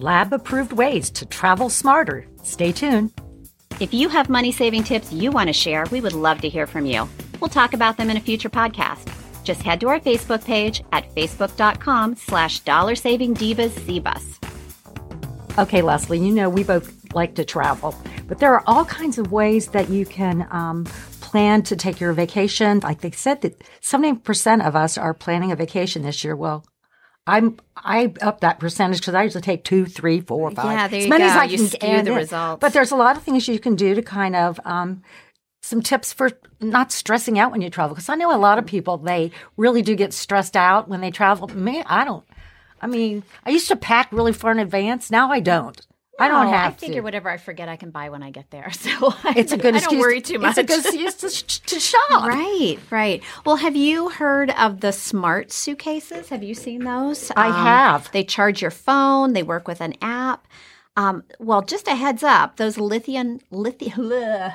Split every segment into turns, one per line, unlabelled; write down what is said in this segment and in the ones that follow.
Lab approved ways to travel smarter. Stay tuned.
If you have money saving tips you want to share, we would love to hear from you. We'll talk about them in a future podcast. Just head to our Facebook page at facebook.com slash dollar saving divas ZBUS.
Okay, Leslie, you know we both like to travel, but there are all kinds of ways that you can um, plan to take your vacation. Like they said that 70% of us are planning a vacation this year. Well, I'm I up that percentage because I usually take two, three, four, five.
Yeah, there
as
you
many as
go.
I
You
can
skew
and
the
it-
results.
But there's a lot of things you can do to kind of um, some tips for not stressing out when you travel. Because I know a lot of people they really do get stressed out when they travel. Me, I don't. I mean, I used to pack really far in advance. Now I don't. I don't
Oh,
have
I figure
to.
whatever I forget, I can buy when I get there. So I,
It's a good
I
excuse.
don't worry too much.
It's a good excuse to, sh- to shop.
Right, right. Well, have you heard of the smart suitcases? Have you seen those? Um,
I have.
They charge your phone. They work with an app. Um, well, just a heads up: those lithium, lithium,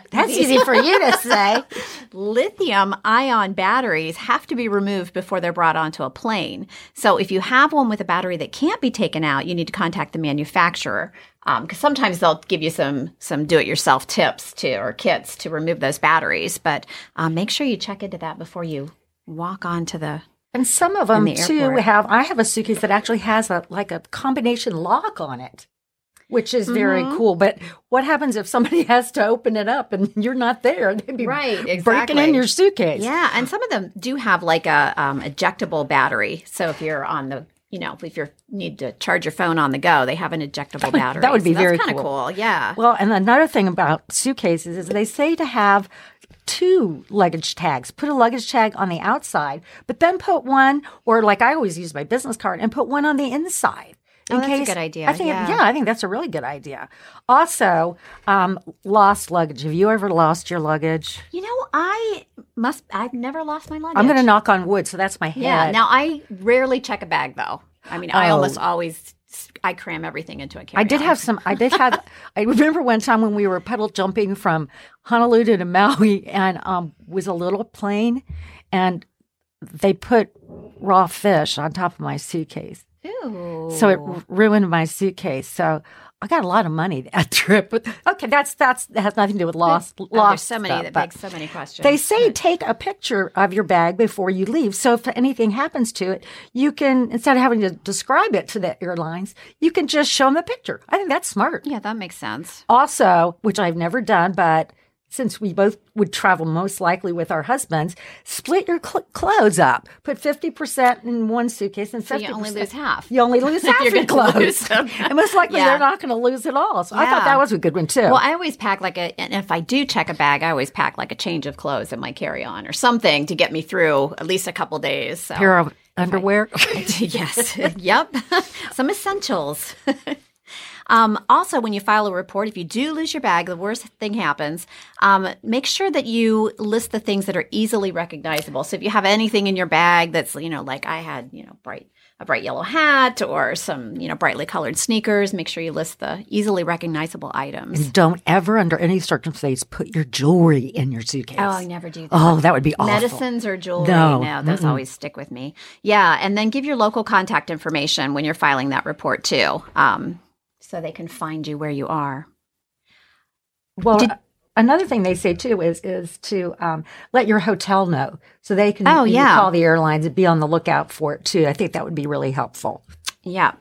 That's easy for you to say.
lithium ion batteries have to be removed before they're brought onto a plane. So if you have one with a battery that can't be taken out, you need to contact the manufacturer because sometimes they'll give you some some do it yourself tips to or kits to remove those batteries. But um, make sure you check into that before you walk onto the.
And some of them
the
too
airport.
have. I have a suitcase that actually has a like a combination lock on it, which is very
Mm-hmm.
cool. But what happens if somebody has to open it up and you're not there? They'd be
Right,
breaking
exactly.
in your suitcase.
Yeah, and some of them do have like a um, ejectable battery. So if you're on the you know, if you are need to charge your phone on the go, they have an ejectable battery.
would be
So that's
very
kinda
cool.
cool. Yeah.
Well, and another thing about suitcases is they say to have two luggage tags. Put a luggage tag on the outside, but then put one, or like I always use my business card, and put one on the inside.
Oh,
in
that's a
case-
good idea,
I think,
yeah.
I think that's a really good idea. Also, um, lost luggage. Have you ever lost your luggage?
You know, I must. I've never lost my luggage.
I'm going to knock on wood, so that's my head.
Yeah. Now I rarely check a bag, though. I mean, I
Oh.
almost always I cram everything into a carry.
I did have some. I did have. I remember one time when we were puddle jumping from Honolulu to Maui, and um, was a little plane, and they put raw fish on top of my suitcase,
Ooh.
so it r- ruined my suitcase. So I got a lot of money that trip. But okay, that's that's that has nothing to do with loss.
Oh, there's
loss
so many
stuff,
that
but-
beg so many questions.
they say take a picture of your bag before you leave. So if anything happens to it, you can, instead of having to describe it to the airlines, you can just show them the picture. I think that's smart.
yeah, that makes sense.
Also, which I've never done, but since we both would travel most likely with our husbands, split your cl- clothes up. Put 50% in one suitcase and 50%.
So you only lose half.
You only lose half
You're
your
gonna
clothes.
lose them.
and most likely
Yeah.
they're not going to lose it all. So I thought
Yeah.
that was a good one too.
Well, I always pack like a, and if I do check a bag, I always pack like a change of clothes in my carry on or something to get me through at least a couple days. So.
pair of underwear.
yes. yep. Some essentials. um, also, when you file a report, if you do lose your bag, the worst thing happens. Um, make sure that you list the things that are easily recognizable. So if you have anything in your bag that's, you know, like I had, you know, bright a bright yellow hat or some, you know, brightly colored sneakers, make sure you list the easily recognizable items.
Don't ever, under any circumstance, put your jewelry in your suitcase.
Oh, I never do that.
Oh, that would be awful.
medicines or jewelry.
No.
No, those always stick with me. Yeah, and then give your local contact information when you're filing that report too, um, so they can find you where you are.
Well, uh, another thing they say too is is to um, let your hotel know so they can
Oh,
you
yeah.
call the airlines and be on the lookout for it too. I think that would be really helpful.
Yeah.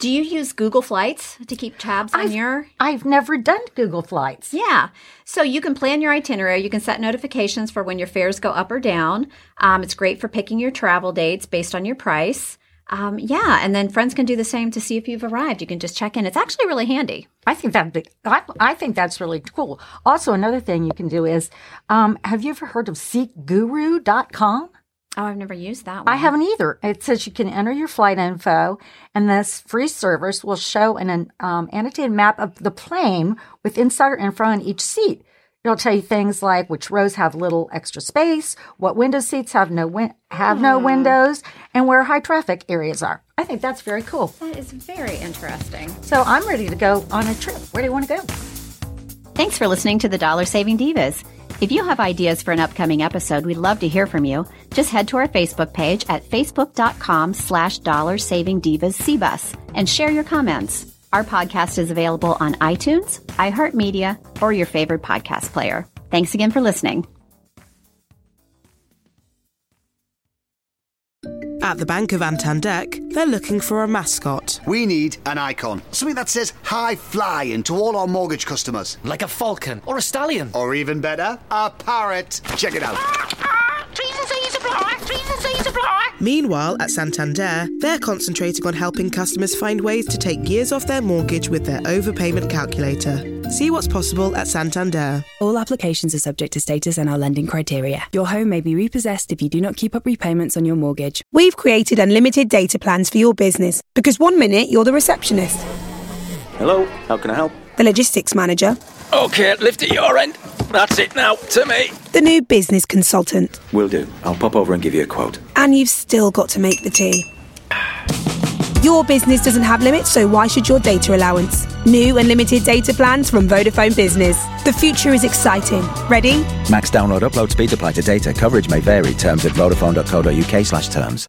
Do you use Google Flights to keep tabs on
I've-
your?
I've never done Google Flights.
Yeah. So you can plan your itinerary. You can set notifications for when your fares go up or down. Um, it's great for picking your travel dates based on your price. Um, yeah. And then friends can do the same to see if you've arrived. You can just check in. It's actually really handy.
I think that I, I think that's really cool. Also, another thing you can do is, um, have you ever heard of SeekGuru.com?
Oh, I've never used that one.
I haven't either. It says you can enter your flight info, and this free service will show an- an um, annotated map of the plane with insider info on each seat. It'll tell you things like which rows have little extra space, what window seats have no win- have no windows, and where high traffic areas are. I think that's very cool.
That is very interesting.
So I'm ready to go on a trip. Where do you want to go?
Thanks for listening to the Dollar Saving Divas. If you have ideas for an upcoming episode, we'd love to hear from you. Just head to our Facebook page at facebook.com slash dollar saving divas cbus and share your comments. Our podcast is available on iTunes, iHeartMedia, or your favorite podcast player. Thanks again for listening.
At the Bank of Antandek, they're looking for a mascot.
We need an icon. Something that says high flying to all our mortgage customers.
Like a falcon or a stallion.
Or even better, a parrot. Check it out.
Trees and seas apply. Trees and seas apply.
Meanwhile, at Santander, they're concentrating on helping customers find ways to take years off their mortgage with their overpayment calculator. See what's possible at Santander.
All applications are subject to status and our lending criteria. Your home may be repossessed if you do not keep up repayments on your mortgage.
We've created unlimited data plans for your business because one minute you're the receptionist,
Hello, how can I help?
the logistics manager,
Okay, lift at your end. That's it now, to me.
the new business consultant,
Will do. I'll pop over and give you a quote.
and you've still got to make the tea. Your business doesn't have limits, so why should your data allowance? New unlimited data plans from Vodafone Business. The future is exciting. Ready?
Max download upload speeds apply to data. Coverage may vary. Terms at vodafone.co.uk slash terms.